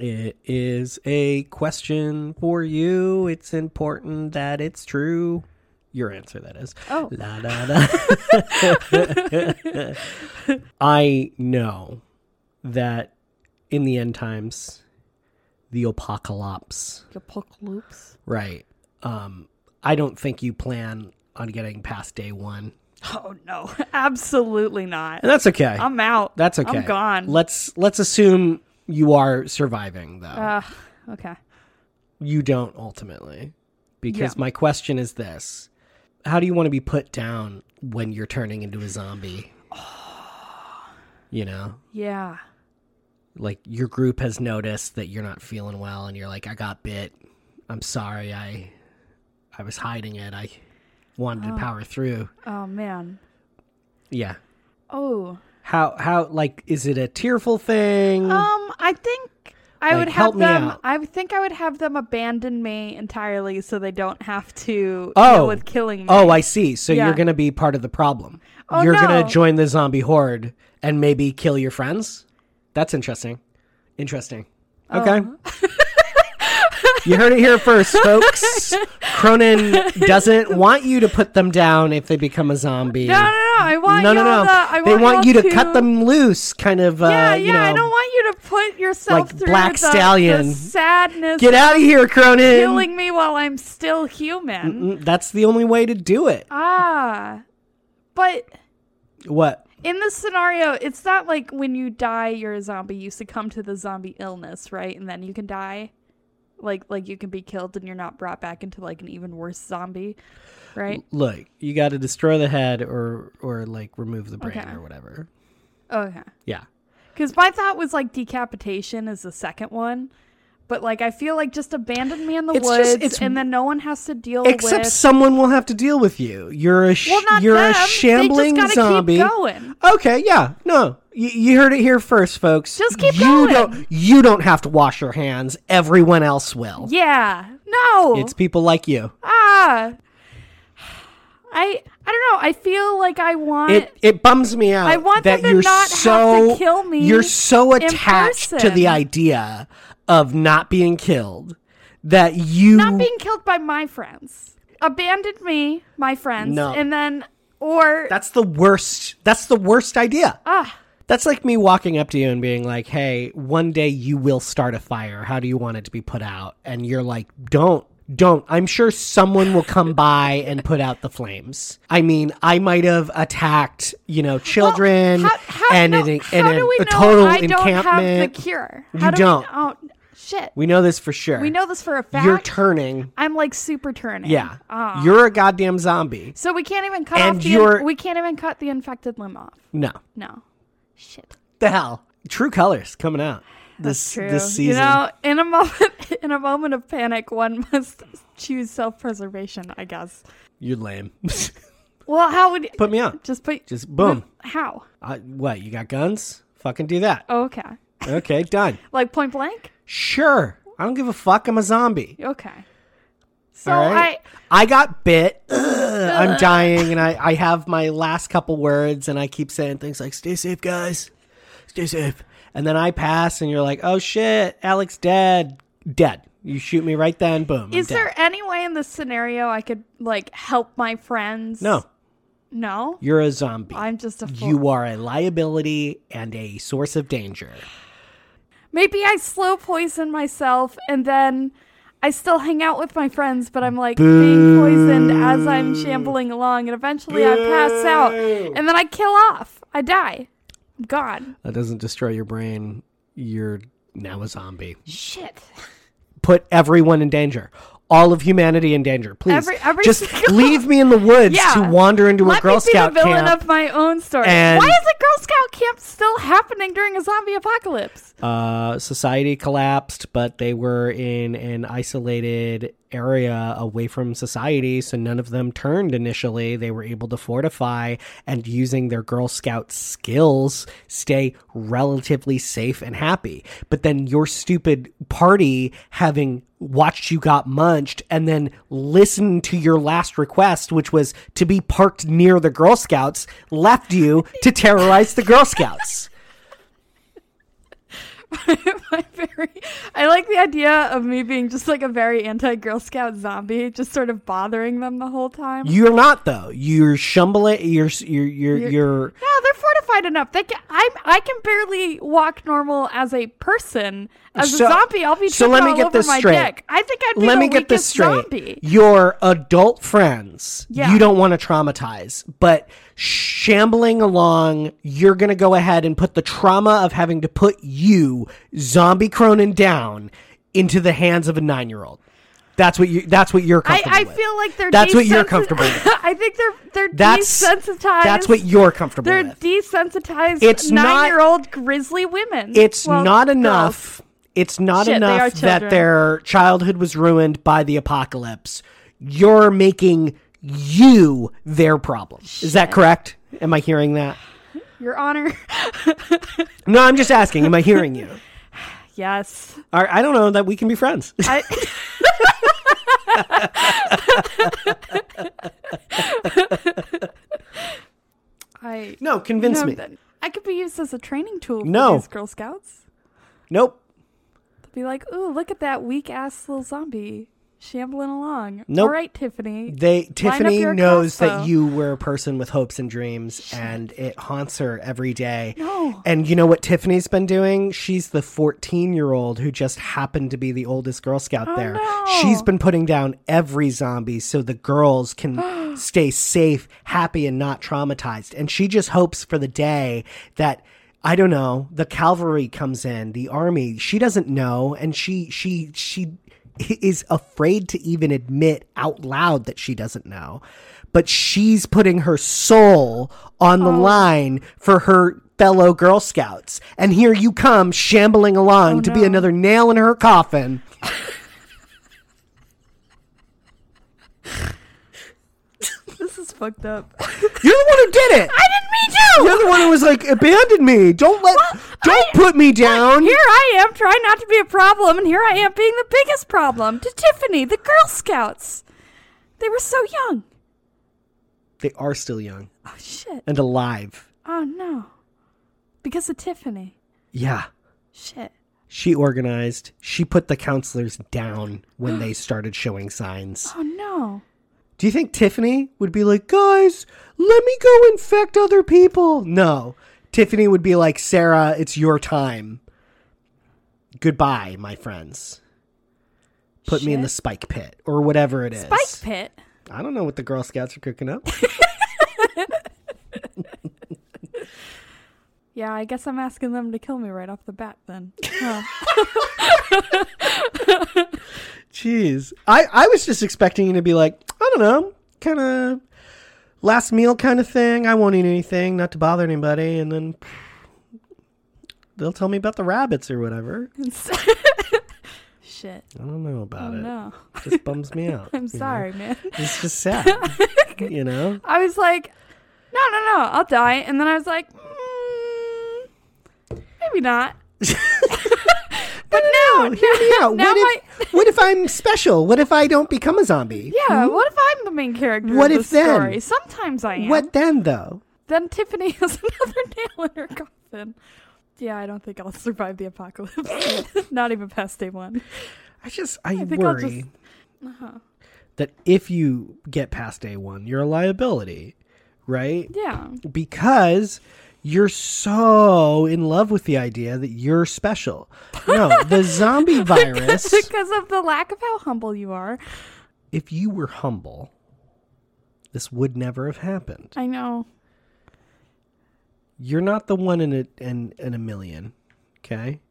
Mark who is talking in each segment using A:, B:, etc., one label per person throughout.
A: It is a question for you. It's important that it's true. Your answer, that is.
B: Oh.
A: La, da, da. I know that in the end times, the apocalypse,
B: Apocalypse.
A: right? Um, I don't think you plan on getting past day one.
B: Oh no, absolutely not.
A: And that's okay.
B: I'm out.
A: that's okay.
B: I'm gone.
A: Let's let's assume you are surviving though.
B: uh, okay.
A: you don't ultimately because
B: Yeah.
A: my question is this how do you want to be put down when you're turning into a zombie you know
B: Yeah.
A: like your group has noticed that you're not feeling well and you're like i got bit i'm sorry i i was hiding it i wanted to power through
B: Oh man.
A: yeah
B: Oh.
A: how how like is it a tearful thing
B: Um, I think I
A: Like,
B: would
A: help
B: have
A: me
B: them.
A: out.
B: I think I would have them abandon me entirely, so they don't have to
A: Oh.
B: deal with killing me.
A: oh i see so
B: Yeah.
A: you're gonna be part of the problem
B: Oh,
A: you're
B: no.
A: gonna join the zombie horde and maybe kill your friends that's interesting interesting
B: Oh.
A: okay you heard it here first folks cronin doesn't want you to put them down if they become a zombie
B: no, no, no! I want
A: no
B: y'all
A: no no
B: To, I
A: they want
B: y'all
A: you to, cut them loose kind of uh
B: Yeah, yeah.
A: you know
B: I don't want you to put yourself
A: like
B: through
A: Black
B: the,
A: Stallion.
B: the sadness,
A: get out of here cronin
B: killing me while I'm still human.
A: Mm, that's the only way to do it
B: Ah, but
A: what
B: in this scenario, it's not like when you die, you're a zombie. You succumb to the zombie illness, right? And then you can die, like like you can be killed and you're not brought back into like an even worse zombie, right?
A: look you got to destroy the head or or like remove the brain
B: Okay.
A: or whatever
B: Okay.
A: yeah
B: Because my thought was like decapitation is the second one, but like I feel like just abandon me in the
A: It's
B: woods,
A: just- it's-
B: and then no one has to deal
A: except
B: with.
A: someone will have to deal with you you're a sh-
B: well, not
A: you're
B: them.
A: a shambling
B: they just gotta
A: zombie
B: Keep going.
A: okay yeah no Y- you heard it here first folks
B: Just keep
A: you
B: going.
A: don't you don't have to wash your hands everyone else will
B: Yeah. No.
A: it's people like you
B: ah. I I don't know. I feel like I want.
A: it it bums me out
B: I want
A: that
B: them to
A: you're
B: not have to
A: so
B: kill me
A: you're so
B: in
A: attached to
B: person.
A: the idea of not being killed that you
B: not being killed by my friends. Abandoned me, my friends,
A: No.
B: and then or
A: That's the worst. That's the worst idea.
B: ah
A: That's like me walking up to you and being like, "Hey, one day you will start a fire. How do you want it to be put out?" And you're like, "Don't, don't. I'm sure someone will come by and put out the flames." I mean, I might have attacked, you know, children
B: how, how,
A: and
B: no,
A: an, and
B: how
A: a,
B: do we
A: a
B: know
A: total
B: I don't
A: encampment.
B: have the cure? How
A: You
B: do
A: don't.
B: We, oh shit! We,
A: We know this for sure.
B: know this for a fact.
A: you're turning.
B: I'm like super turning.
A: Yeah,
B: Ah.
A: you're a goddamn zombie.
B: so we can't even cut
A: And
B: off the
A: you're-
B: we can't even cut the infected limb off.
A: No,
B: No, shit.
A: the hell. True colors coming out this
B: True.
A: this season.
B: You know, in a moment, in a moment of panic, one must choose self-preservation. I guess.
A: You're lame.
B: Well, how would
A: Put me out.
B: just put
A: Just boom.
B: how? Oh,
A: I, what? You got guns? Fucking do that.
B: Okay,
A: Okay, done.
B: like point blank.
A: Sure. I don't give a fuck. I'm a zombie.
B: Okay. So
A: all right. I, got bit. Ugh, I'm dying, and I, I have my last couple words, and I keep saying things like "Stay safe, guys. Stay safe." And then I pass, and you're like, "Oh shit, Alex dead. Dead." You shoot me right then. Boom. I'm
B: I is
A: dead.
B: there any way in this scenario I could like help my friends?
A: No,
B: No?
A: you're a zombie.
B: I'm just a fool.
A: you are a liability and a source of danger.
B: Maybe I slow poison myself and then I still hang out with my friends, but I'm like being poisoned as I'm shambling along and eventually I pass out
A: Boo.
B: and then I kill off. I die. I'm gone.
A: That doesn't destroy your brain. You're now a zombie.
B: Shit.
A: put everyone in danger. All of humanity in danger. Please.
B: Every- every
A: just
B: single-
A: leave me in the woods
B: Yeah.
A: to wander into a
B: Let
A: Girl
B: me
A: Scout
B: be the villain
A: camp.
B: of my own story.
A: and-
B: Why is a Girl Scout camp still happening during a zombie apocalypse?
A: uh, society collapsed, but they were in an isolated area away from society, so none of them turned initially. They were able to fortify and using their Girl Scout skills stay relatively safe and happy. But then your stupid party having watched you got munched and then listened to your last request, which was to be parked near the Girl Scouts, left you to terrorize the Girl Scouts.
B: my very, I like the idea of me being just like a very anti Girl Scout zombie, just sort of bothering them the whole time.
A: You're not though. You're shumbling. You're you're you're you're.
B: You're- no, they're fortified enough. They can, I I can barely walk normal as a person. As
A: So-
B: a zombie, I'll be
A: so
B: tripping
A: let me
B: all
A: get
B: over
A: this
B: my
A: straight.
B: dick. I think I'd be
A: let
B: the
A: me get this
B: weakest
A: straight.
B: Zombie.
A: Your adult friends,
B: Yeah.
A: you don't want to traumatize, but shambling along, you're going to go ahead and put the trauma of having to put you, zombie Cronin, down into the hands of a nine year old. That's what you. That's what you're
B: I,
A: comfortable
B: I
A: with.
B: feel like they're
A: That's what you're
B: desensi-
A: comfortable with.
B: I think they're they're
A: That's-
B: desensitized.
A: that's what you're comfortable
B: they're
A: with.
B: desensitized.
A: It's not-
B: nine-year-old grizzly women.
A: It's
B: Well,
A: not
B: girls.
A: enough. It's not
B: Shit, they are
A: enough that
B: children.
A: their childhood was ruined by the apocalypse. You're making you their problem. Is that correct? Am I hearing that?
B: Your Honor.
A: No, I'm just asking. Am I hearing you?
B: yes.
A: Or, I don't know that we can be friends.
B: I. I
A: No, convince
B: no,
A: me.
B: then I could be used as a training tool for
A: No.
B: these Girl Scouts.
A: nope.
B: Be like, ooh, look at that weak ass little zombie shambling along.
A: Nope.
B: All right, Tiffany.
A: They Tiffany
B: your
A: knows
B: crossbow.
A: that you were a person with hopes and dreams and it haunts her every day.
B: No.
A: And you know what Tiffany's been doing? She's the 14-year-old who just happened to be the oldest girl scout there.
B: Oh, no.
A: She's been putting down every zombie so the girls can stay safe, happy and not traumatized. And she just hopes for the day that I don't know, the cavalry comes in, the army. She doesn't know and she she she is afraid to even admit out loud that she doesn't know, but she's putting her soul on
B: Oh.
A: the line for her fellow Girl Scouts. And here you come shambling along to be
B: Oh, no.
A: another nail in her coffin.
B: This is fucked up. I
A: You're the one who did it.
B: didn't mean to.
A: You're the one who was like, abandon me. Don't let, don't put me down.
B: Here I am trying not to be a problem, and here I am being the biggest problem to Tiffany, the Girl Scouts. They were so young.
A: They are still young
B: Oh shit.
A: and alive.
B: Oh no. Because of Tiffany.
A: Yeah.
B: Shit.
A: She organized. She put the counselors down when they started showing signs.
B: Oh no.
A: Do you think Tiffany would be like, guys, let me go infect other people? No. Tiffany would be like, Sarah, it's your time. Goodbye, my friends. Put me in the spike pit or whatever it is.
B: Bike pit.
A: I don't know what the Girl Scouts are cooking up.
B: Yeah, I guess I'm asking them to kill me right off the bat then. Huh.
A: Jeez. I, I was just expecting you to be like, I don't know, kind of last meal kind of thing. I won't eat anything, not to bother anybody. And then they'll tell me about the rabbits or whatever.
B: Shit.
A: I don't know
B: Oh
A: about it.
B: no.
A: just bums me out.
B: I'm
A: you know?
B: sorry, man.
A: It's just sad. you know?
B: I was like, no, no, no, I'll die. And then I was like, mm, maybe not. but no,
A: Hear me out.
B: Now
A: What if, what if I'm special? What if I don't become a zombie?
B: yeah, what if I'm the main character
A: Hmm? What
B: of
A: if
B: the
A: then?
B: story? Sometimes I am.
A: What then, though?
B: Then Tiffany has another nail in her coffin. Yeah, I don't think I'll survive the apocalypse. not even past day one.
A: I just, I,
B: think I'll
A: worry
B: just- uh-huh.
A: that if you get past day one, you're a liability, right?
B: Yeah.
A: because you're so in love with the idea that you're special. No, the zombie virus,
B: because of the lack of how humble you are.
A: if you were humble, this would never have happened.
B: I know.
A: You're not the one in a in, in a million, okay?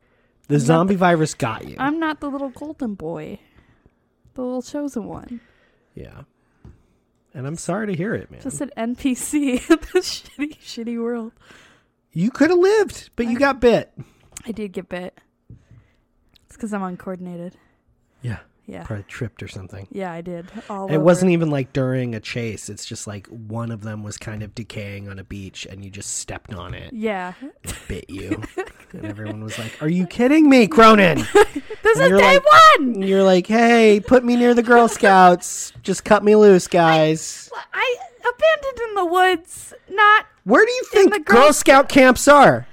A: The zombie virus got you.
B: I'm not the little golden boy, the little chosen one.
A: yeah. And I'm sorry to hear it, man.
B: Just an NPC in this shitty, shitty world.
A: you could have lived, but you got bit.
B: I did get bit. It's because I'm uncoordinated.
A: Yeah.
B: Yeah.
A: Probably tripped or something.
B: Yeah, I did. All
A: It
B: over.
A: wasn't e- even like during a chase. It's just like one of them was kind of decaying on a beach and you just stepped on it.
B: Yeah.
A: bit you. and everyone was like, Are you kidding me, Cronin?
B: This is
A: you're
B: day
A: like-
B: one!
A: And you're like, Hey, put me near the Girl Scouts. Just cut me loose, guys.
B: I abandoned in the woods, not
A: Where do you
B: In
A: think
B: the
A: Girl,
B: Girl
A: Scout camps are?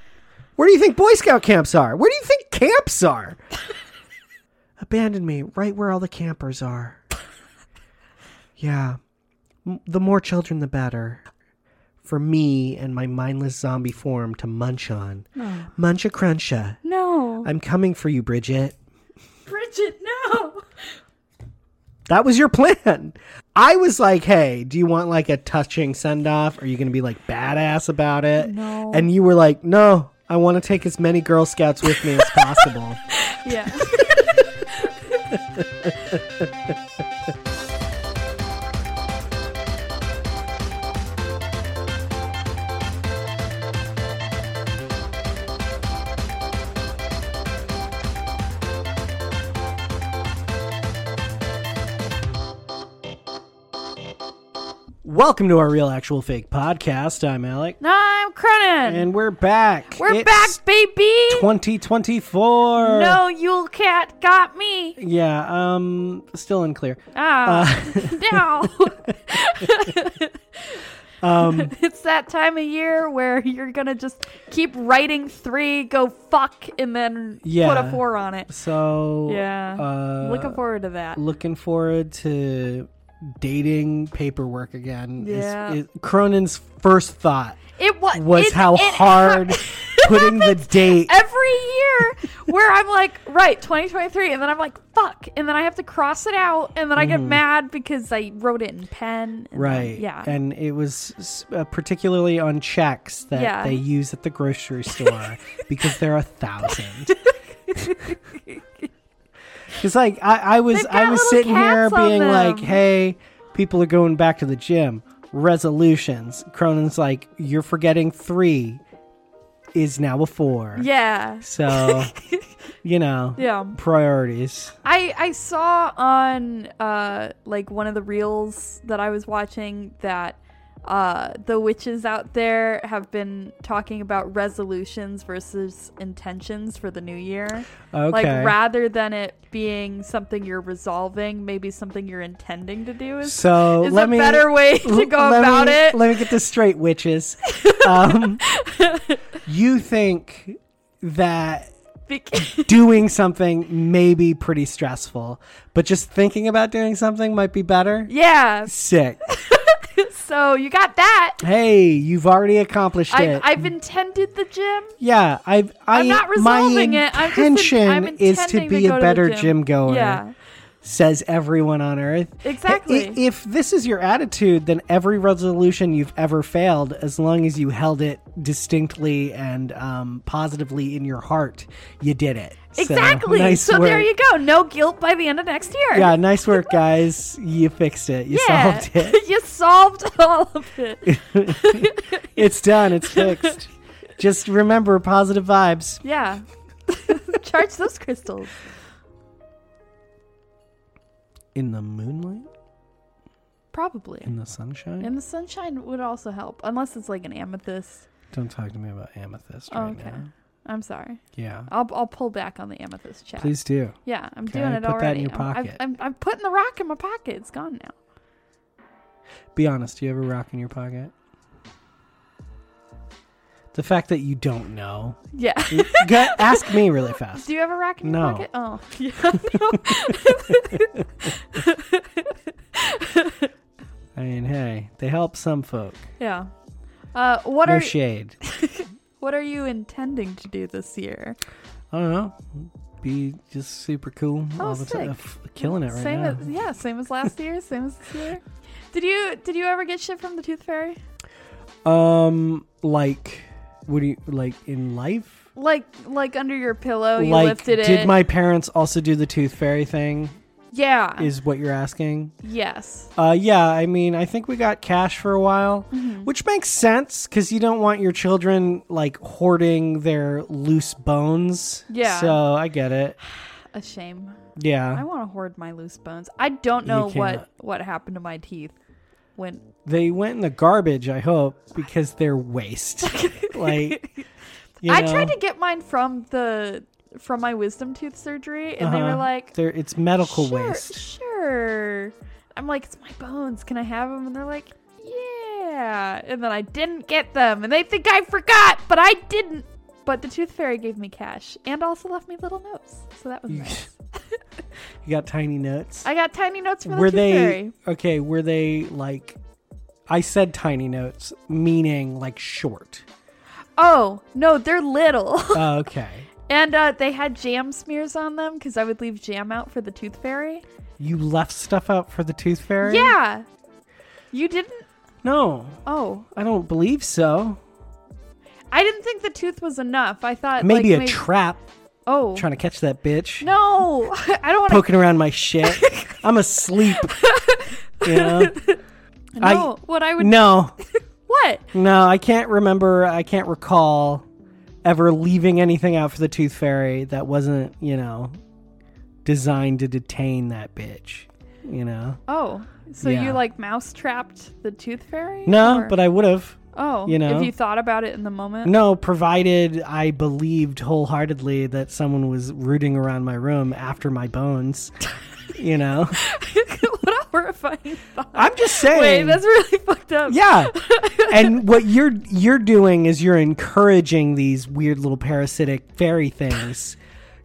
A: Where do you think Boy Scout camps are? Where do you think camps are? Abandon me right where all the campers are. Yeah. M- the more children, the better. For me and my mindless zombie form to munch on.
B: Oh.
A: Muncha cruncha.
B: No.
A: I'm coming for you, Bridget.
B: Bridget, no.
A: That was your plan. I was like, hey, do you want like a touching send off? Are you going to be like badass about it?
B: No.
A: And you were like, no, I want to take as many Girl Scouts with me as possible.
B: Yeah.
A: Welcome to our Real Actual Fake podcast. I'm Alec,
B: No, I'm Cronin.
A: and we're back.
B: We're
A: It's
B: back, baby.
A: 2024.
B: no, Yule Cat got me.
A: Yeah, um, still unclear.
B: Ah,
A: Uh,
B: no.
A: Um,
B: it's that time of year where you're gonna just keep writing three, go fuck, and then put
A: Yeah.
B: a four on it.
A: So,
B: Yeah.
A: uh,
B: Looking forward to that.
A: looking forward to dating paperwork again. Is-
B: Yeah.
A: is- Cronin's first thought
B: It wa-
A: was
B: it-
A: how
B: it
A: hard
B: ha-
A: putting the date.
B: every year where I'm like, right, 2023, and then I'm like, fuck, and then I have to cross it out, and then I get mad because I wrote it in pen. and then-
A: Mm-hmm. Right.
B: yeah.
A: And it was s- uh, particularly on checks that
B: Yeah.
A: they use at the grocery store because there are a thousand. It's like I, I was
B: They've
A: I
B: got
A: was
B: little
A: sitting here
B: cats on
A: being like,
B: them.
A: "Hey, people are going back to the gym. Resolutions." Cronin's like, "You're forgetting three is now a four.
B: yeah.
A: So, you know,
B: Yeah.
A: priorities.
B: I, I saw on uh like one of the reels that I was watching that uh the witches out there have been talking about resolutions versus intentions for the new year.
A: Okay.
B: Like rather than it being something you're resolving, maybe something you're intending to do is
A: so
B: is
A: let
B: a
A: me
B: better way to
A: L-
B: go
A: let
B: about
A: me-
B: it.
A: Let me get this straight, witches. Um, you think that
B: Bec-
A: doing something may be pretty stressful, but just thinking about doing something might be better?
B: yeah.
A: Sick.
B: So you got that.
A: Hey, you've already accomplished
B: I've,
A: it.
B: I've intended the gym.
A: yeah, I've. I,
B: I'm not resolving
A: my
B: it. I'm just in-
A: intention
B: I'm
A: is to
B: intending to
A: be
B: go to
A: a
B: the
A: better
B: gym.
A: gym goer.
B: Yeah.
A: says everyone on earth.
B: Exactly.
A: I- i- If this is your attitude, then every resolution you've ever failed, as long as you held it distinctly and um, positively in your heart, you did it. So,
B: Exactly. So,
A: nice work.
B: there you go. No guilt by the end of next year.
A: Yeah, nice work, guys. You fixed it. You
B: Yeah.
A: solved it.
B: you solved all of it.
A: It's done. It's fixed. Just remember positive vibes.
B: Yeah. Charge those crystals.
A: In the moonlight,
B: Probably.
A: in the sunshine.
B: And the sunshine would also help, unless it's like an amethyst.
A: Don't talk to me about amethyst
B: Oh,
A: right
B: okay.
A: now.
B: I'm sorry.
A: Yeah.
B: I'll, I'll pull back on the amethyst chat.
A: Please do.
B: Yeah, I'm
A: Okay,
B: doing it
A: put that in
B: already.
A: your
B: I'm- I've-
A: pocket.
B: I'm, I'm, putting the rock in my pocket. It's gone now.
A: Be honest, do you have a rock in your pocket? The fact that you don't know.
B: Yeah.
A: Go- ask me really fast.
B: Do you have a rock in your
A: No.
B: pocket? Oh, yeah.
A: I mean, hey, they help some folk.
B: no. yeah. Uh, what
A: no
B: are
A: shade.
B: what are you intending to do this year?
A: I don't know. Be just super cool
B: Oh,
A: all the time.
B: sick.
A: F- Killing it right
B: same
A: now.
B: as yeah, same as last year, same as this year. Did you did you ever get shit from the Tooth Fairy?
A: um, like, what do you like in life?
B: Like like under your pillow, Oh, you
A: like,
B: lifted it.
A: did my parents also do the tooth fairy thing?
B: yeah
A: Is what you're asking?
B: yes
A: Uh, yeah, I mean, I think we got cash for a while,
B: Mm-hmm.
A: which makes sense because you don't want your children like hoarding their loose bones.
B: Yeah.
A: So I get it.
B: a shame. I
A: Yeah.
B: want to hoard my loose bones. I don't know what
A: cannot.
B: what happened to my teeth when
A: They went in the garbage, I hope, because they're waste. like, you
B: I
A: know,
B: tried to get mine from the from my wisdom tooth surgery, and they were
A: uh-huh,
B: like,
A: they're, it's medical
B: "Sure,
A: waste.
B: sure." I'm like, "It's my bones. Can I have them?" And they're like, "Yeah." And then I didn't get them, and they think I forgot, but I didn't. But the tooth fairy gave me cash and also left me little notes. So that was nice.
A: You got tiny notes.
B: I got tiny notes from the
A: were
B: tooth
A: they
B: fairy.
A: okay? Were they like? I said tiny notes, meaning like short.
B: Oh, no, they're little.
A: Oh, okay.
B: and uh, they had jam smears on them because I would leave jam out for the tooth fairy.
A: You left stuff out for the tooth fairy.
B: Yeah. You didn't?
A: No,
B: Oh.
A: I don't believe so.
B: I didn't think the tooth was enough. I thought
A: Maybe
B: like,
A: a trap
B: Oh.
A: trying to catch that bitch.
B: no. I don't want
A: Poking around my shit. I'm asleep. you know?
B: to
A: I-
B: know what I would
A: No,
B: What?
A: no, I can't remember. I can't recall ever leaving anything out for the tooth fairy that wasn't, you know, designed to detain that bitch. You know?
B: Oh. So
A: Yeah.
B: you like mouse trapped the tooth fairy?
A: No,
B: Or-
A: but I would have.
B: Oh,
A: you know.
B: if you thought about it in the moment.
A: No, provided I believed wholeheartedly that someone was rooting around my room after my bones. you know?
B: what a horrifying thought.
A: I'm just saying.
B: Wait, that's really fucked up.
A: Yeah. and what you're you're doing is you're encouraging these weird little parasitic fairy things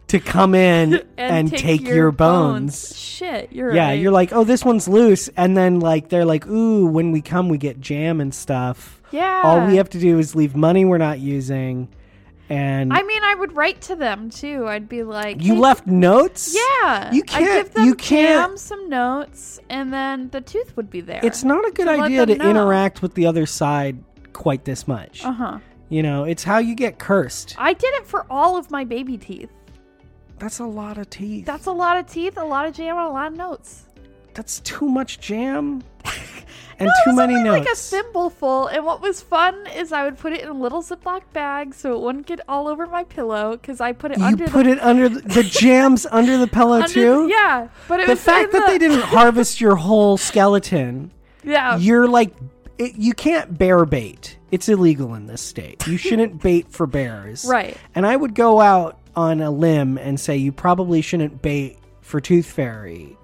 A: to come in and, take, your, bones.
B: Shit, you're
A: Yeah,
B: right.
A: you're like, "Oh, this one's loose." And then like they're like, "Ooh, when we come we get jam and stuff.
B: yeah.
A: All we have to do is leave money we're not using." And
B: I mean, I would write to them too. I'd be like,
A: you
B: "Hey,
A: left notes?
B: Yeah,
A: You
B: I
A: can't-
B: give them
A: you can't-
B: jam, some notes, and then the tooth would be there.
A: It's not a good
B: To let
A: idea to
B: them know.
A: interact with the other side quite this much.
B: Uh huh.
A: You know, it's how you get cursed.
B: I did it for all of my baby teeth.
A: That's a lot of teeth.
B: That's a lot of teeth, a lot of jam, and a lot of notes.
A: that's too much jam and
B: No, it
A: too
B: was
A: many
B: only
A: notes.
B: Like a thimble full. And what was fun is I would put it in a little Ziploc bag so it wouldn't get all over my pillow because I put it
A: you
B: under
A: put
B: the,
A: it under the, the jams under the pillow
B: under
A: too.
B: the- yeah, but it
A: the
B: was
A: fact
B: in
A: that
B: the-
A: they didn't harvest your whole skeleton,
B: Yeah,
A: you're like, it, you can't bear bait. It's illegal in this state. You shouldn't bait for bears.
B: Right.
A: And I would go out on a limb and say you probably shouldn't bait for tooth fairy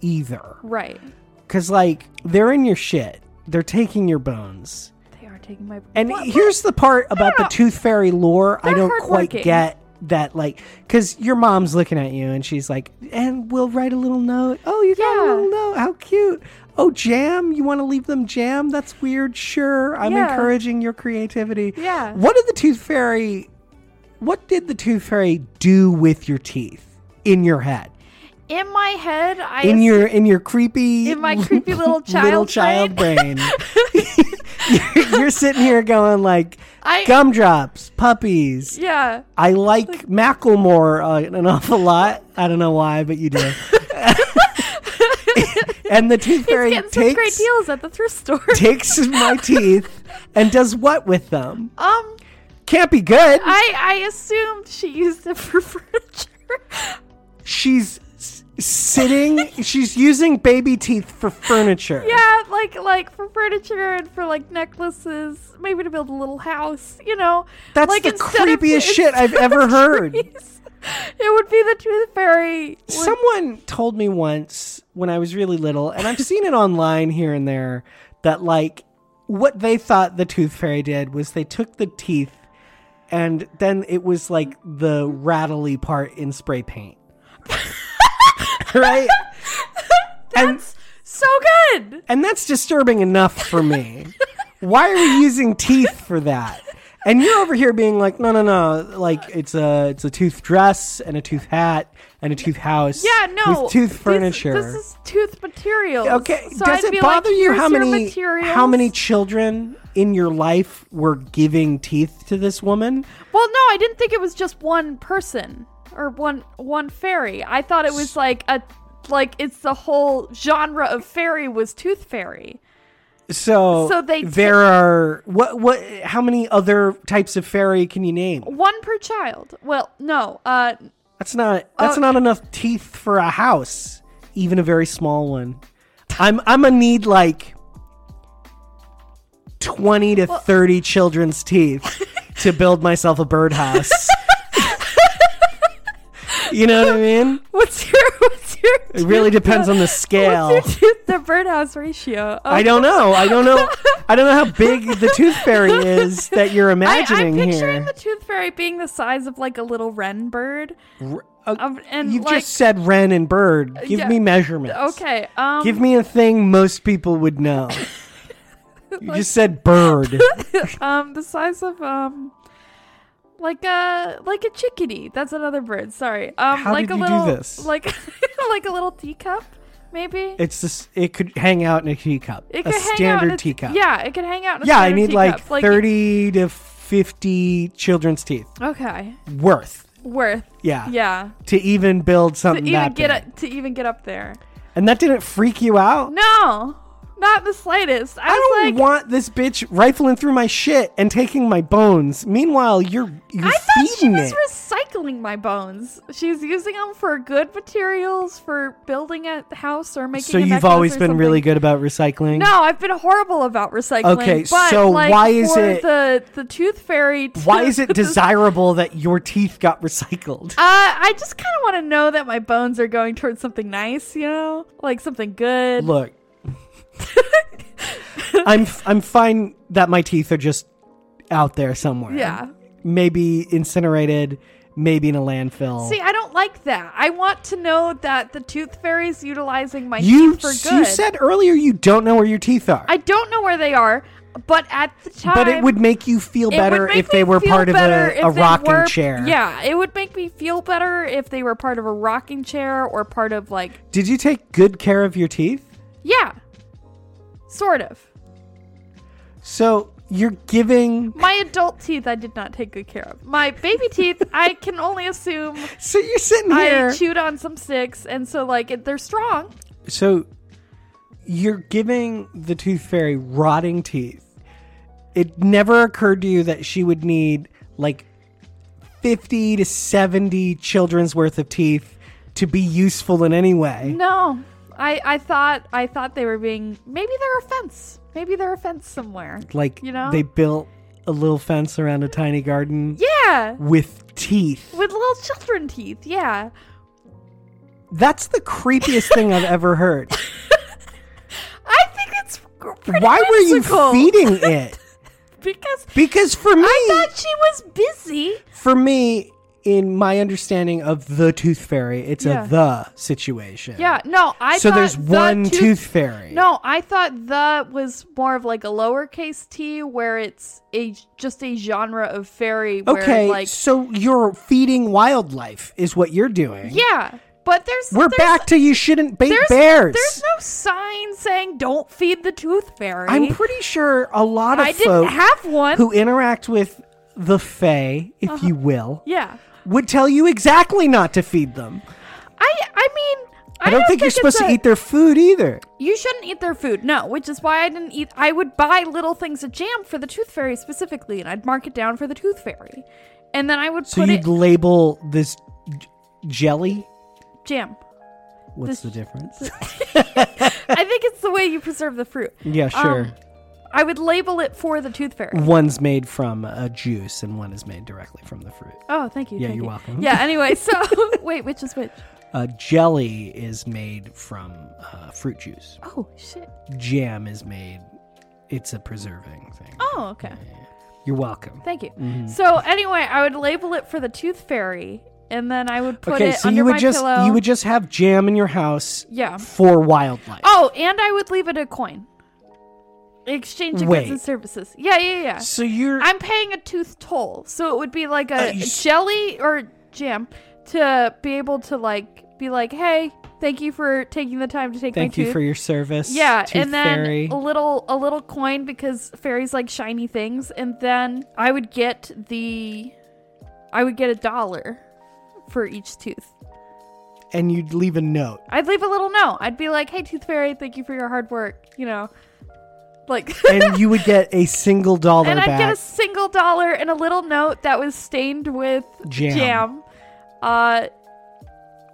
A: either,
B: right.
A: because like they're in your shit. They're taking your bones.
B: They are taking my.
A: And
B: What-
A: here's the part about the
B: no.
A: tooth fairy lore I
B: They're
A: don't quite
B: hardworking.
A: get that like cuz your mom's looking at you and she's like and we'll write a little note. Oh, you got
B: Yeah.
A: a little note. How cute. Oh, jam. You want to leave them jam? That's weird. Sure. I'm
B: Yeah.
A: encouraging your creativity.
B: Yeah.
A: What did the tooth fairy what did the tooth fairy do with your teeth in your head?
B: in my head, I
A: In your in your creepy
B: in my creepy little child,
A: little child brain. you're, you're sitting here going like
B: I-
A: gumdrops, puppies.
B: Yeah.
A: I like Macklemore uh, an awful lot. I don't know why, but you do. and the tooth
B: He's
A: fairy
B: getting such great
A: takes
B: deals at the thrift store.
A: takes my teeth and does what with them?
B: um,
A: Can't be good.
B: I I assumed she used it for furniture.
A: she's s- sitting. she's using baby teeth for furniture.
B: yeah, like like for furniture and for like necklaces, maybe to build a little house. You know,
A: That's
B: like
A: the
B: instead of-
A: creepiest shit I've
B: instead
A: ever
B: of
A: heard.
B: trees, it would be the tooth fairy. would-
A: Someone told me once when I was really little, and I've seen it online here and there, that like what they thought the tooth fairy did was they took the teeth and then it was like the rattly part in spray paint. right? And
B: so good.
A: and that's disturbing enough for me. Why are we using teeth for that? And you're over here being like, no, no, no, like it's a it's a tooth dress and a tooth hat and a tooth house.
B: Yeah, no.
A: with tooth
B: these-
A: furniture.
B: This, is tooth materials.
A: okay.
B: So
A: Does
B: I'd be
A: it bother
B: like,
A: you
B: "Here's
A: how
B: your
A: many
B: materials."
A: how many children in your life were giving teeth to this woman?
B: Well, no, I didn't think it was just one person or one one fairy. I thought it was like a like it's the whole genre of fairy was tooth fairy.
A: So
B: So they ta-
A: there are what what how many other types of fairy can you name?
B: One per child. Well, no. Uh
A: That's not that's
B: Oh.
A: not enough teeth for a house, even a very small one. I'm I'm gonna need like twenty to thirty children's teeth to build myself a birdhouse. You know what I mean?
B: What's your what's your
A: It really depends on the scale.
B: What's your tooth to birdhouse ratio? Um,
A: I don't know. I don't know. I don't know how big the tooth fairy is that you're
B: am
A: imagining
B: picturing
A: here.
B: the tooth fairy being the size of like a little wren bird.
A: Uh,
B: Um, and
A: you
B: like, uh,
A: just said wren and bird. Give
B: yeah.
A: me measurements.
B: okay. Um,
A: Give me a thing most people would know. You just said bird.
B: um the size of um like a like a chickadee. That's another bird. Sorry. Um
A: How
B: like
A: did
B: a
A: you do
B: little
A: this?
B: like like a little teacup maybe.
A: It's just it could hang out in a teacup.
B: It
A: a
B: could hang out
A: standard
B: in a t-
A: teacup.
B: Yeah, it could hang out in a
A: Yeah, I
B: standard
A: need like
B: teacup.
A: 30 to 50 children's teeth
B: Okay.
A: worth.
B: Worth.
A: Yeah.
B: Yeah.
A: To even build
B: To
A: something
B: even
A: that
B: get
A: big.
B: up, to even get up there.
A: And that didn't freak you out?
B: No. Not the slightest. I,
A: I
B: was
A: don't
B: like
A: want this bitch rifling through my shit and taking my bones. Meanwhile, you're you're
B: I thought she
A: feeding
B: was
A: it.
B: recycling my bones. She's using them for good materials for building a house or making.
A: so
B: a
A: you've
B: necklace
A: always
B: or
A: been really
B: something.
A: good about recycling.
B: No, I've been horrible about recycling.
A: Okay,
B: but,
A: so
B: like,
A: why is
B: for
A: it-
B: the the tooth fairy? To,
A: Why is it
B: Uh,
A: desirable that your teeth got recycled?
B: I just kind of want to know that my bones are going towards something nice, you know, like something good.
A: Look, I'm f- I'm fine that my teeth are just out there somewhere.
B: Yeah.
A: maybe incinerated, maybe in a landfill.
B: See, I don't like that. I want to know that the tooth fairy's utilizing my
A: you
B: teeth for
A: s-
B: good.
A: you said earlier you don't know where your teeth are,
B: I don't know where they are, but at the time,
A: but it would make you feel
B: it would
A: better
B: make
A: if they
B: me
A: were
B: feel
A: part of
B: better
A: a,
B: if
A: a
B: they
A: rocking
B: were-
A: chair.
B: Yeah, it would make me feel better if they were part of a rocking chair or part of like
A: Did you take good care of your teeth?
B: yeah, sort of.
A: So you're giving.
B: My adult teeth, I did not take good care of. My baby teeth, I can only assume
A: So you're sitting here.
B: I chewed on some sticks, and so like it, they're strong.
A: so you're giving the tooth fairy rotting teeth. It never occurred to you that she would need like 50 to 70 children's worth of teeth to be useful in any way.
B: No, I I thought I thought they were being maybe they're a fence. Maybe they're a fence somewhere.
A: Like
B: You know?
A: they built a little fence around a tiny garden
B: Yeah,
A: with teeth.
B: with little children teeth. Yeah.
A: That's the creepiest thing I've ever heard.
B: I think it's gr- pretty
A: Why
B: whimsical.
A: were you feeding it?
B: Because
A: Because for me,
B: I thought she was busy.
A: for me in my understanding of the tooth fairy it's
B: Yeah.
A: a the situation
B: Yeah, no, I
A: so
B: thought
A: there's
B: the
A: one tooth,
B: tooth,
A: fairy
B: No, I thought the was more of like a lowercase t where it's a just a genre of fairy where
A: okay
B: like
A: so you're feeding wildlife is what you're doing
B: Yeah. But there's
A: we're
B: there's,
A: back to you shouldn't bait
B: there's,
A: bears
B: There's no sign saying don't feed the tooth fairy.
A: i'm pretty sure a lot of
B: I didn't
A: folk
B: have one.
A: who interact with the fae if you will
B: Uh-huh. yeah.
A: would tell you exactly not to feed them
B: I I mean I,
A: i don't, think, you're
B: it's
A: supposed
B: a-
A: to eat their food either
B: You shouldn't eat their food, no, which is why I didn't eat. I would buy little things of jam for the Tooth Fairy specifically, and I'd mark it down for the Tooth Fairy. And then I would
A: so
B: put
A: you'd
B: it
A: label this j- jelly
B: jam.
A: what's
B: This-
A: the difference
B: I think it's the way you preserve the fruit.
A: Yeah,
B: Um,
A: sure.
B: I would label it for the Tooth Fairy.
A: One's made from a juice and one is made directly from the fruit.
B: Oh, thank you.
A: Yeah,
B: thank
A: you're
B: you.
A: welcome.
B: Yeah, anyway, so wait, which is which?
A: Uh, jelly is made from uh, fruit juice.
B: Oh, shit.
A: Jam is made, it's a preserving thing.
B: Oh, okay.
A: You're welcome.
B: Thank you.
A: Mm-hmm.
B: So anyway, I would label it for the Tooth Fairy, and then I would put
A: okay,
B: it
A: so
B: under
A: you would
B: my
A: just
B: pillow.
A: you would just have jam in your house
B: Yeah.
A: for wildlife.
B: Oh, and I would leave it a coin. Exchange of
A: Wait.
B: goods and services. Yeah, yeah, yeah.
A: So you're
B: I'm paying a tooth toll, so it would be like
A: Uh,
B: a
A: you s-
B: jelly or jam to be able to like be like, hey, thank you for taking the time to take
A: thank
B: my
A: you
B: tooth.
A: for your service.
B: yeah,
A: Tooth
B: and then
A: fairy.
B: a little a little coin because fairies like shiny things, and then I would get the, I would get a dollar for each tooth.
A: and you'd leave a note.
B: I'd leave a little note. I'd be like, "Hey, Tooth Fairy, thank you for your hard work." You know, like,
A: And you would get a single dollar
B: and I'd
A: back.
B: get a single dollar and a little note that was stained with
A: Jam.
B: jam, uh,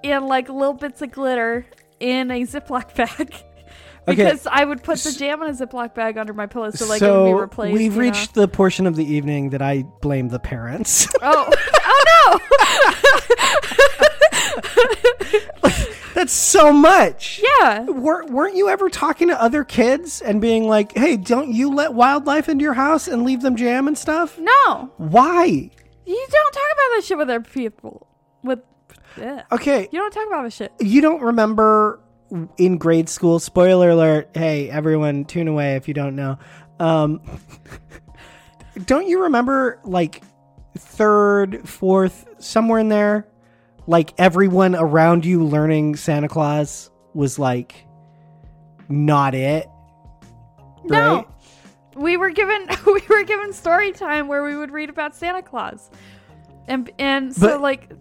B: and like little bits of glitter in a Ziploc bag. Because I would put the jam in a Ziploc bag under my pillow, so like it would be replaced.
A: we've
B: you know?
A: reached the portion of the evening that I blame the parents.
B: Oh, oh
A: That's so much.
B: Yeah.
A: Wer- weren't you ever talking to other kids and being like, hey, don't you let wildlife into your house and leave them jam and stuff?
B: No.
A: Why?
B: You don't talk about that shit with other people. With yeah.
A: Okay,
B: You don't talk about this shit.
A: you don't remember in grade school, spoiler alert, hey, everyone, tune away if you don't know. Um, don't you remember, like, third, fourth, somewhere in there, like, everyone around you learning Santa Claus was, like, not it? Right?
B: No. We were given we were given story time where we would read about Santa Claus. And and so
A: But-
B: like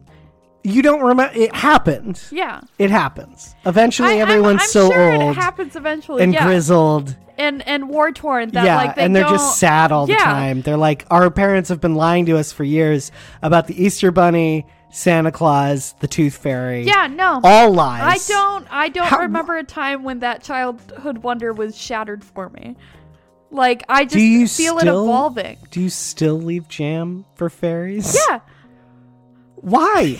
A: You don't remember. It happened.
B: yeah.
A: It happens. Eventually,
B: I'm-
A: everyone's
B: I'm
A: so
B: sure
A: old
B: It happens eventually.
A: and
B: yeah.
A: grizzled.
B: and and war torn that
A: yeah,
B: like they
A: and they're
B: don't,
A: just sad all the
B: Yeah.
A: time. They're like, our parents have been lying to us for years about the Easter Bunny, Santa Claus, the Tooth Fairy.
B: Yeah, no.
A: all
B: I
A: lies.
B: don't I don't
A: How-
B: remember a time when that childhood wonder was shattered for me. Like I just
A: Do you
B: feel it
A: still-
B: evolving.
A: Do you still leave jam for fairies?
B: Yeah.
A: Why?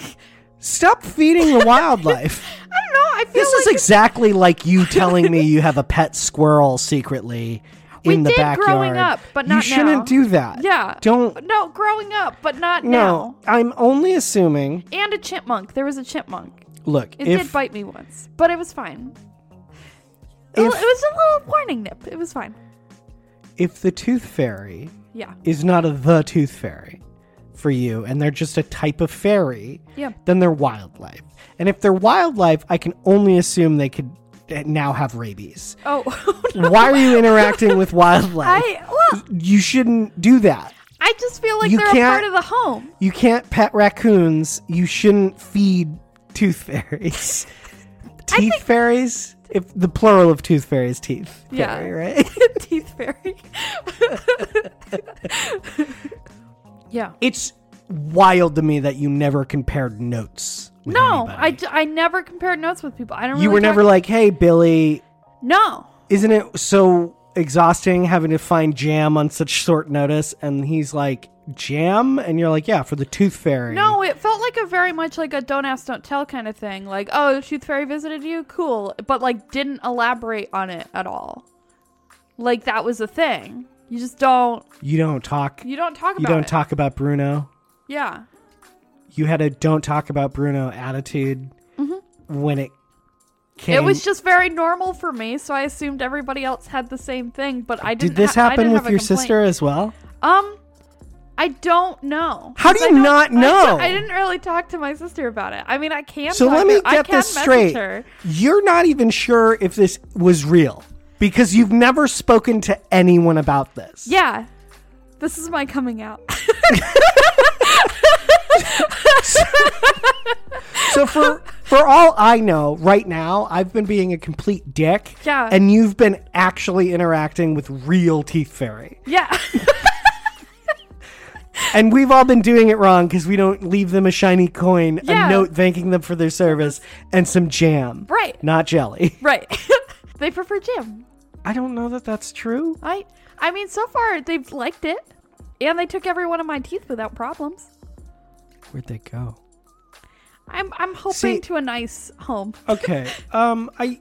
A: Stop feeding the wildlife.
B: I don't know. I feel
A: this
B: like
A: is exactly like you telling me you have a pet squirrel secretly
B: We
A: in the
B: did
A: backyard.
B: growing up, but
A: you
B: not now.
A: shouldn't do that.
B: Yeah.
A: Don't.
B: No, growing up, but not
A: No, I'm only assuming.
B: now. And a chipmunk. There was a chipmunk.
A: Look,
B: It
A: if
B: did bite me once, but it was fine. It
A: If-
B: was- it was a little warning nip. It was fine.
A: if the Tooth Fairy
B: Yeah.
A: is not a the Tooth Fairy for you, and they're just a type of fairy,
B: Yeah.
A: then they're wildlife. And if they're wildlife, I can only assume they could eh, now have rabies.
B: Oh.
A: Why are you interacting with wildlife?
B: I well,
A: you shouldn't do that.
B: I just feel like
A: You
B: they're a part
A: can't-
B: of the home.
A: You can't pet raccoons. You shouldn't feed tooth fairies. teeth fairies? If the plural of tooth fairies, teeth.
B: Yeah.
A: Fairy, right?
B: Teeth fairy. yeah.
A: it's wild to me that you never compared notes. with
B: No,
A: anybody.
B: I, d- I never compared notes with people. I don't.
A: you
B: really
A: were never Mm.
B: talk-
A: like, hey, Billy,
B: no.
A: isn't it so exhausting having to find jam on such short notice? And he's like, jam? And you're like, yeah, for the tooth fairy.
B: No, it felt like a very much like a don't ask, don't tell kind of thing. Like, oh, the Tooth Fairy visited you? Cool. But, like, didn't elaborate on it at all. Like, that was a thing. You just don't,
A: You don't talk.
B: you don't talk about
A: You don't
B: it.
A: talk about Bruno.
B: Yeah.
A: You had a don't talk about Bruno attitude when it came.
B: Mm-hmm. It was just very normal for me, so I assumed everybody else had the same thing, but I didn't
A: Did this
B: ha- I
A: happen
B: didn't
A: with
B: have a
A: your
B: complaint.
A: sister as well?
B: Um, I don't know.
A: How do
B: 'Cause I
A: you
B: don't-
A: not
B: I don't-
A: know?
B: I, didn't really talk to my sister about it. I mean, I can
A: So
B: talk
A: let
B: to-
A: me
B: I
A: get
B: can
A: this
B: message
A: straight.
B: her.
A: You're not even sure if this was real because you've never spoken to anyone about this.
B: Yeah. This is my coming out.
A: So for for all I know, right now I've been being a complete dick.
B: Yeah.
A: And you've been actually interacting with real teeth fairy.
B: yeah.
A: And we've all been doing it wrong because we don't leave them a shiny coin,
B: Yeah.
A: a note thanking them for their service, and some jam.
B: right.
A: Not jelly.
B: Right. they prefer Jim.
A: I don't know that that's true.
B: I I mean, so far they've liked it, and they took every one of my teeth without problems.
A: Where'd they go?
B: I'm I'm hoping
A: See-
B: to a nice home.
A: Okay. Um, I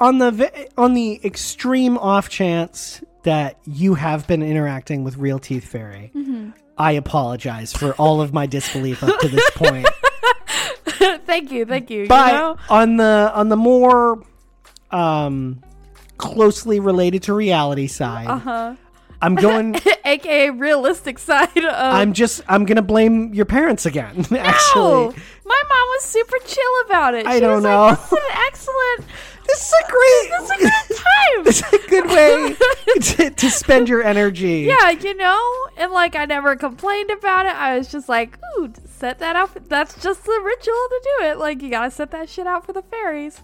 A: on the ve- on the extreme off chance that you have been interacting with real teeth fairy,
B: Mm-hmm.
A: I apologize for all of my disbelief up to this point.
B: thank you, thank you. you
A: But
B: know?
A: on the on the more um closely related to reality side,
B: Uh-huh.
A: I'm going.
B: AKA realistic side of
A: I'm just. I'm gonna blame your parents again.
B: No!
A: Actually,
B: My mom was super chill about it.
A: I
B: She
A: don't
B: was
A: know.
B: Like, this is an excellent
A: this is a great.
B: this is a good time.
A: It's a good way to, to spend your energy.
B: Yeah, you know, and like I never complained about it. I was just like, ooh, set that up. That's just the ritual to do it. Like you gotta set that shit out for the fairies.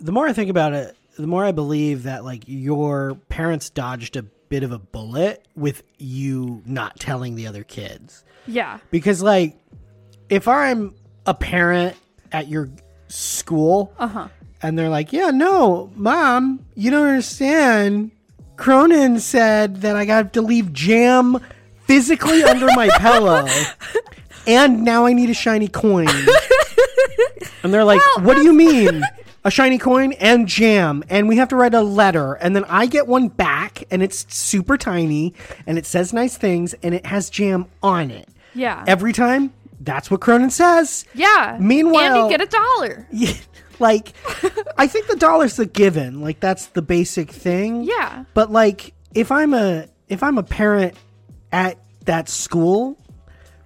A: The more I think about it, the more I believe that like your parents dodged a bit of a bullet with you not telling the other kids.
B: Yeah,
A: Because like if I'm a parent at your school and they're like, Yeah, no, mom, you don't understand. Cronin said that I got to leave jam physically under my pillow. And now I need a shiny coin. And they're like,
B: Well,
A: "What do you mean? a shiny coin and jam, and we have to write a letter, and then I get one back, and it's super tiny, and it says nice things, and it has jam on it
B: Yeah.
A: every time." That's what Cronin says.
B: yeah.
A: Meanwhile-
B: Andy, get a dollar.
A: Yeah, like I think the dollar's the given. Like that's the basic thing.
B: Yeah.
A: But like if I'm a if I'm a parent at that school,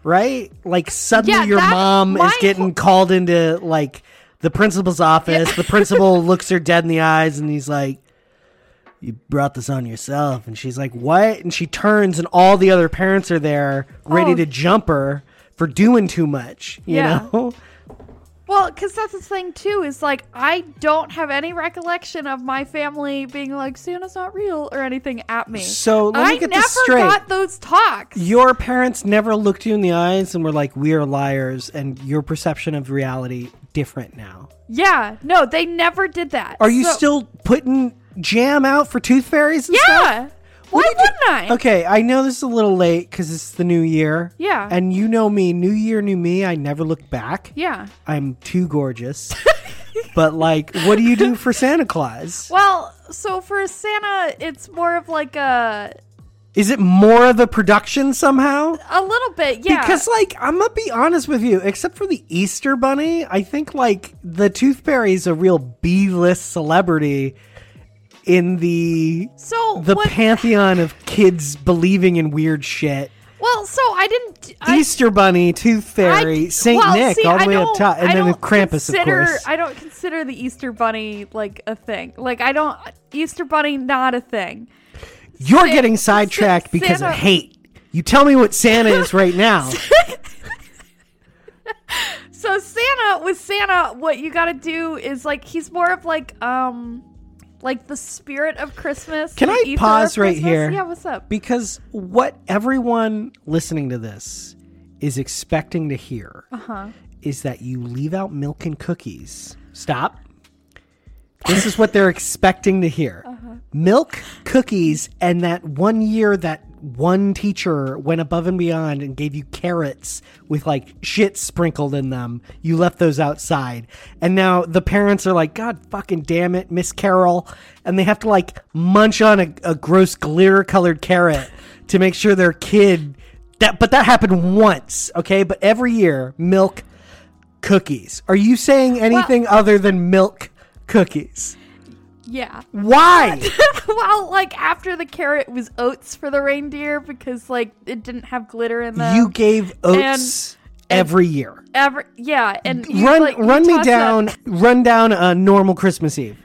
A: right? Like suddenly
B: Yeah,
A: your
B: that-
A: mom
B: my
A: is getting called into like the principal's office. The principal looks her dead in the eyes and he's like you brought this on yourself and she's like what and she turns and all the other parents are there ready
B: Oh.
A: to jump her for doing too much you
B: Yeah.
A: know
B: Well, because that's the thing too is like I don't have any recollection of my family being like Santa's not real or anything at me.
A: So, let me
B: I
A: get
B: never
A: this straight.
B: got those talks.
A: your parents never looked you in the eyes and were like we are liars and your perception of reality different now
B: Yeah, no, they never did that.
A: are you
B: So-
A: still putting jam out for tooth fairies and stuff?
B: Yeah. Why
A: did you-
B: wouldn't I?
A: okay i know this is a little late because it's the new year
B: Yeah.
A: and you know me new year new me i never look back
B: Yeah.
A: i'm too gorgeous but like what do you do for santa claus
B: Well, so for Santa, it's more of like a
A: is it more of a production somehow
B: a little bit, yeah.
A: Because, like, I'm gonna be honest with you. Except for the Easter Bunny, I think like the Tooth Fairy is a real B-list celebrity in the
B: so
A: the
B: what,
A: pantheon of kids believing in weird shit.
B: well, so I didn't. I,
A: Easter Bunny, Tooth Fairy,
B: I-
A: Saint
B: well,
A: Nick,
B: see,
A: all the
B: I
A: way up
B: don't-
A: top, and
B: I
A: then
B: don't
A: Krampus, of
B: consider-
A: course.
B: I don't consider the Easter Bunny like a thing. Like I don't Easter Bunny not a thing.
A: You're
B: Sa-
A: getting
B: Sa-
A: sidetracked because
B: Santa-
A: of hate. You tell me what Santa is right now.
B: So Santa with Santa, what you got to do is like he's more of like um like the spirit of Christmas.
A: Can
B: the
A: I
B: ether of
A: pause right
B: Christmas.
A: here?
B: Yeah, what's up?
A: because what everyone listening to this is expecting to hear is that you leave out milk and cookies. Stop. This is what they're expecting to hear. Milk, cookies, and that one year that one teacher went above and beyond and gave you carrots with like shit sprinkled in them. You left those outside. And now the parents are like, God fucking damn it, Miss Carol. And they have to like munch on a, a gross glitter colored carrot to make sure their kid that but that happened once, okay? But every year, milk, cookies. Are you saying anything other than milk cookies?
B: Yeah.
A: Why?
B: well, like after the carrot was oats for the reindeer because like it didn't have glitter in them.
A: you gave oats every year.
B: ever yeah and you,
A: Run
B: like, you
A: run me
B: toss
A: down
B: up-
A: run down a normal Christmas Eve.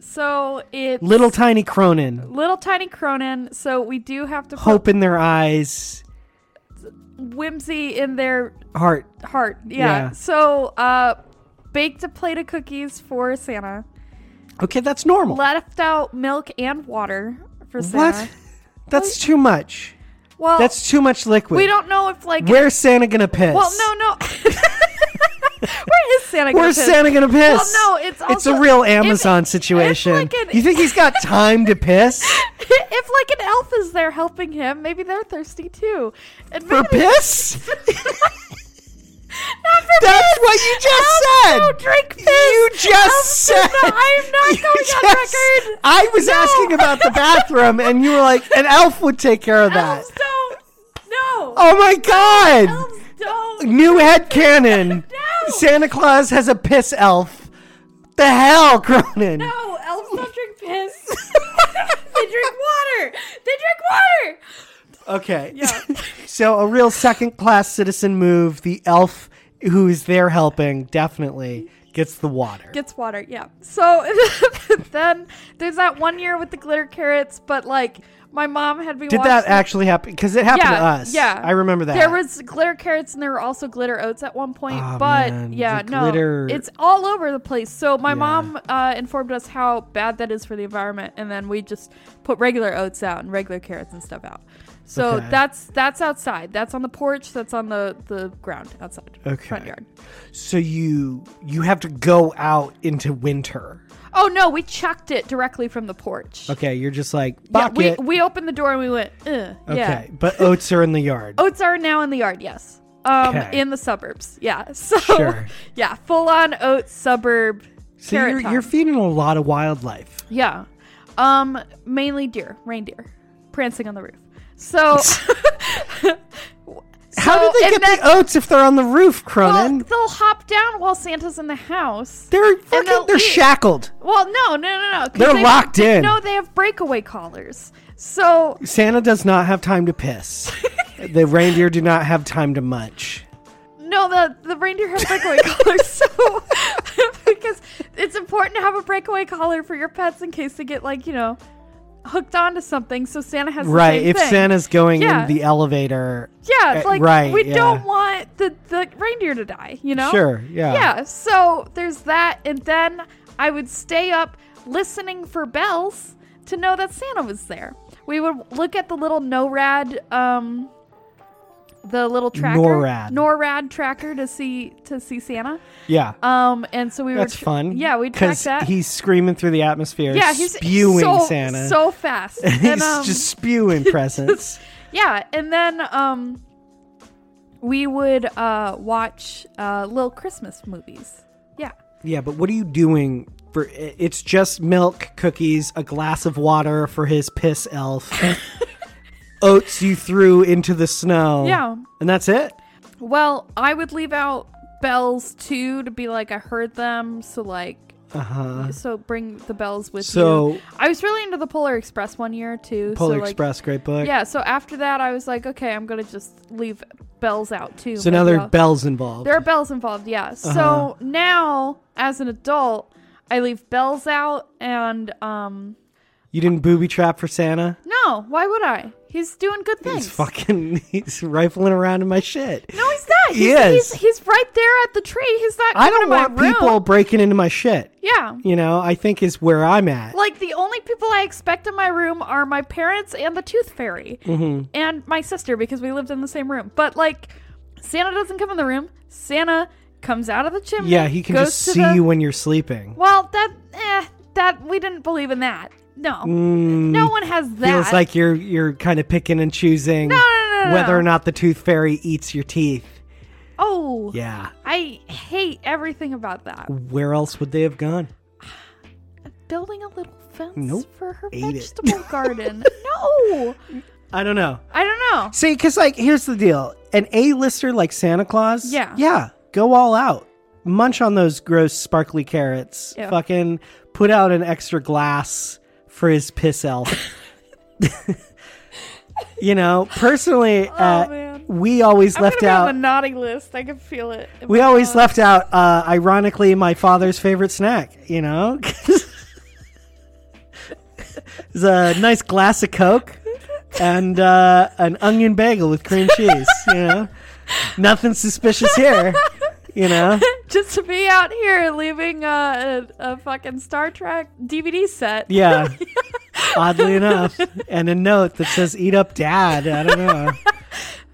B: so it's
A: Little tiny Cronin,
B: little tiny Cronin. So we do have to
A: hope in their eyes,
B: put whimsy in their
A: heart.
B: heart. Yeah.
A: Yeah.
B: So uh, baked a plate of cookies for Santa.
A: Okay, that's normal.
B: Left out milk and water for Santa.
A: What? That's too much.
B: Well,
A: That's too much liquid.
B: we don't know if like
A: Where's Santa gonna piss?
B: well no no. Where is Santa? gonna
A: Where's
B: piss?
A: Santa gonna piss?
B: Well, no, it's
A: it's a
B: also-
A: real
B: if-
A: Amazon
B: it's
A: situation.
B: like an-
A: you think he's got time to piss
B: if like an elf is there helping him, maybe they're thirsty too. And
A: for
B: maybe-
A: piss?
B: Not for
A: That's
B: piss.
A: what you just
B: Elves
A: said.
B: Don't drink piss.
A: You
B: Elves
A: just
B: do
A: said.
B: not- I am not
A: You
B: going on
A: just-
B: record.
A: I was
B: No.
A: asking about the bathroom, and you were like, "An elf would take care of that."
B: Elves don't. No.
A: Oh my god!
B: Elves don't.
A: New head cannon.
B: No.
A: Santa Claus has a piss elf. The hell, Cronin?
B: No, elves don't drink piss. they drink water. They drink water.
A: Okay.
B: Yeah.
A: so a real second class citizen move. The elf who is there helping definitely gets the water.
B: Gets water, yeah. So then there's that one year with the glitter carrots, but like my mom had me
A: Did
B: watch
A: that
B: the-
A: actually happen? Because it happened
B: yeah,
A: to us.
B: Yeah,
A: I remember that.
B: There was glitter carrots and there were also glitter oats at one point,
A: Oh,
B: but
A: man,
B: yeah,
A: the
B: no,
A: glitter-
B: it's all over the place. So my
A: Yeah.
B: mom uh, informed us how bad that is for the environment, and then we just put regular oats out and regular carrots and stuff out. So
A: Okay.
B: that's that's outside. That's on the porch. That's on the the ground outside.
A: Okay.
B: Front yard.
A: so you you have to go out into winter.
B: Oh no, we chucked it directly from the porch.
A: Okay, you're just like
B: Yeah,
A: bucket.
B: we, we opened the door and we went. Ugh,
A: okay,
B: Yeah. Oh,
A: but oats are in the yard.
B: Oats are now in the yard. Yes. Um,
A: Okay.
B: in the suburbs. Yeah. So
A: Sure.
B: yeah, full on oat suburb.
A: So
B: Carrot
A: you're,
B: Top.
A: you're feeding a lot of wildlife.
B: Yeah. Um, mainly deer, reindeer, prancing on the roof. So,
A: How
B: So,
A: did they
B: and
A: get the oats if they're on the roof,
B: well,
A: Cronin?
B: they'll hop down while Santa's in the house.
A: they're
B: they'll
A: fucking, they're
B: eat.
A: shackled.
B: Well, no, no, no, no. 'cause
A: They're
B: they-
A: locked in.
B: No, they have breakaway collars. So
A: Santa does not have time to piss. the reindeer do not have time to munch.
B: no, the the reindeer have breakaway collars. So because it's important to have a breakaway collar for your pets in case they get like you know hooked onto something. So Santa has the
A: Right.
B: same
A: If
B: thing.
A: Santa's going
B: Yeah.
A: in the elevator.
B: yeah,
A: Uh,
B: it's like
A: right,
B: we
A: yeah.
B: don't want the the reindeer to die. You know.
A: Sure. Yeah.
B: Yeah, so there's that, and then I would stay up listening for bells to know that Santa was there. We would look at the little NORAD, um, the little tracker,
A: NORAD.
B: NORAD tracker to see to see Santa.
A: Yeah.
B: Um, and so we were
A: That's
B: tr-
A: fun.
B: Yeah, we tracked that.
A: he's screaming through the atmosphere.
B: yeah, he's
A: spewing
B: so,
A: Santa.
B: so fast.
A: he's
B: and, um,
A: just spewing presents.
B: yeah, and then um, we would uh watch uh little Christmas movies. Yeah.
A: Yeah, but what are you doing? For i- it's just milk, cookies, a glass of water for his piss elf, oats you threw into the snow.
B: Yeah.
A: and that's it.
B: Well, I would leave out bells too to be like I heard them, so like
A: Uh huh.
B: so bring the bells with
A: So-
B: you. I was really into the Polar Express one year too.
A: Polar
B: so like,
A: Express, great book.
B: Yeah, so after that I was like, okay, I'm gonna just leave bells out too.
A: So now
B: Maybe
A: there are
B: I'll-
A: bells Uh-huh. involved.
B: there are bells involved, yeah. So now as an adult, I leave bells out and um
A: you didn't booby trap for Santa.
B: no, why would I? He's doing good things.
A: He's fucking. He's rifling around in my shit.
B: no, he's not. He's,
A: He
B: he's,
A: is.
B: he's right there at the tree. He's not.
A: I
B: coming
A: don't
B: to my
A: want
B: room.
A: people breaking into my shit.
B: Yeah.
A: You know, I think is where I'm at.
B: Like the only people I expect in my room are my parents and the tooth fairy
A: Mm-hmm.
B: and my sister because we lived in the same room. But like Santa doesn't come in the room. Santa comes out of the chimney.
A: Yeah, he can
B: goes
A: just
B: to
A: see
B: the-
A: you when you're sleeping.
B: Well, that eh, that we didn't believe in that. No,
A: Mm,
B: no one has that.
A: Feels like you're you're kind of picking and choosing
B: no, no, no, no,
A: whether
B: no.
A: or not the tooth fairy eats your teeth.
B: Oh,
A: Yeah.
B: I hate everything about that.
A: Where else would they have gone?
B: Building a little fence
A: Nope.
B: for her
A: Ate it.
B: vegetable garden. No,
A: I don't know.
B: I don't know.
A: See, because like, here's the deal: an A-lister like Santa Claus,
B: Yeah.
A: yeah, go all out, munch on those gross sparkly carrots,
B: Yeah.
A: fucking put out an extra glass for his piss elf. you know, personally,
B: oh
A: uh,
B: man.
A: we always
B: I'm
A: left
B: gonna be
A: out.
B: on the naughty list. I can feel it. in
A: we
B: my
A: always
B: bones.
A: left out, uh, ironically, my father's favorite snack. You know, it's a nice glass of Coke and uh, an onion bagel with cream cheese. You know, nothing suspicious here. You know,
B: just to be out here leaving uh, a, a fucking Star Trek DVD set.
A: yeah. Oddly enough, and a note that says "Eat up, Dad." I don't know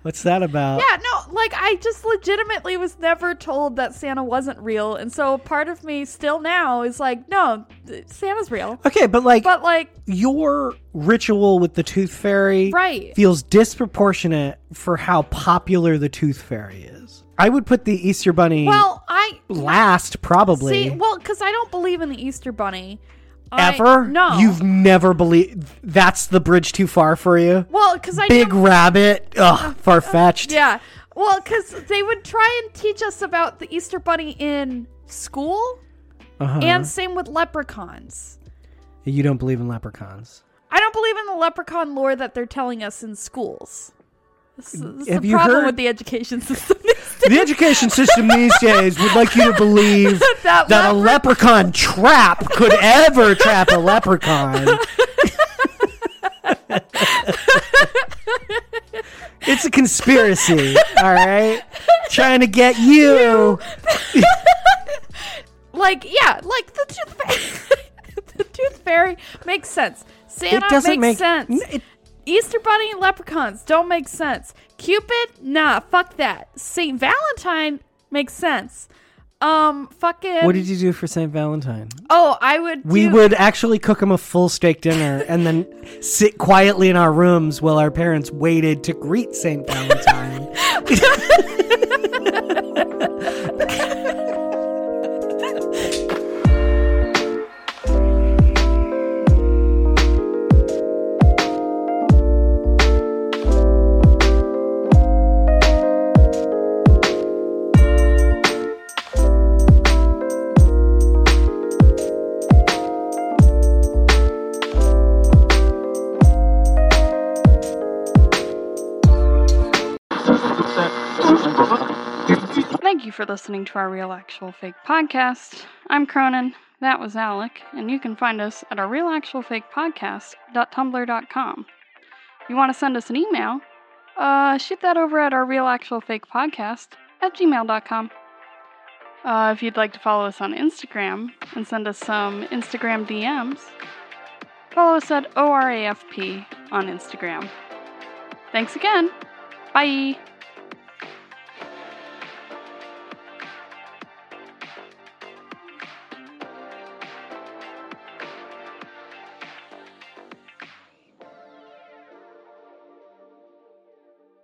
A: what's that about.
B: Yeah, no, like I just legitimately was never told that Santa wasn't real, and so part of me still now is like, no, th- Santa's real.
A: Okay, but like
B: But like,
A: your ritual with the Tooth Fairy,
B: right?
A: feels disproportionate for how popular the Tooth Fairy is. I would put the Easter Bunny
B: Well, I
A: last, probably.
B: see. Well, because I don't believe in the Easter Bunny. I-
A: Ever?
B: no.
A: You've never believed. That's the bridge too far for you.
B: well, because I
A: Big
B: never-
A: rabbit. Ugh, far fetched.
B: Yeah. Well, because they would try and teach us about the Easter Bunny in school,
A: Uh-huh.
B: and same with leprechauns.
A: you don't believe in leprechauns.
B: I don't believe in the leprechaun lore that they're telling us in schools. This, is- this is
A: Have
B: the
A: you
B: problem
A: heard-
B: with the education system. these days.
A: The education system these days would like you to believe
B: that
A: that a
B: lepre-
A: leprechaun trap could ever trap a leprechaun. it's a conspiracy, all right? Trying to get you.
B: like, yeah, like the tooth fairy. the tooth fairy makes sense. Santa
A: it doesn't make
B: makes sense.
A: N- It,
B: Easter bunny and leprechauns don't make sense. Cupid, nah, fuck that. Saint Valentine makes sense. Um, fucking.
A: what did you do for St. Valentine?
B: Oh, I would.
A: We
B: do-
A: would actually cook him a full steak dinner and then sit quietly in our rooms while our parents waited to greet St. Valentine.
C: Thank you for listening to our Real Actual Fake podcast. I'm Cronin. That was Alec, and you can find us at our Real Actual Fake podcast.tumblr.com. If you want to send us an email, uh, shoot that over at our Real Actual Fake podcast at gmail.com. Uh, if you'd like to follow us on Instagram and send us some Instagram DMs, follow us at ORAFP on Instagram. Thanks again. Bye.